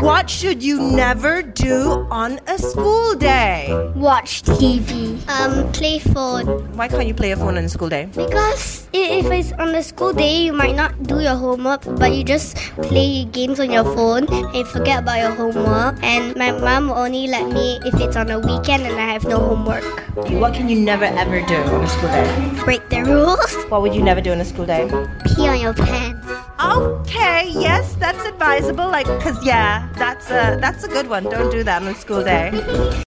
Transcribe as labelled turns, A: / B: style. A: What should you never do on a school day?
B: Watch TV.
C: Um, play phone.
A: Why can't you play a phone on a school day?
C: Because i- if it's on a school day, you might not do your homework, but you just play games on your phone and you forget about your homework. And my mom will only let me if it's on a weekend and I have no homework.
A: What can you never ever do on a school day?
C: Break the rules.
A: What would you never do on a school day?
C: Pee on your pants.
A: Okay, yes, that's advisable. Like, cause yeah, that's a that's a good one. Don't do that on a school day.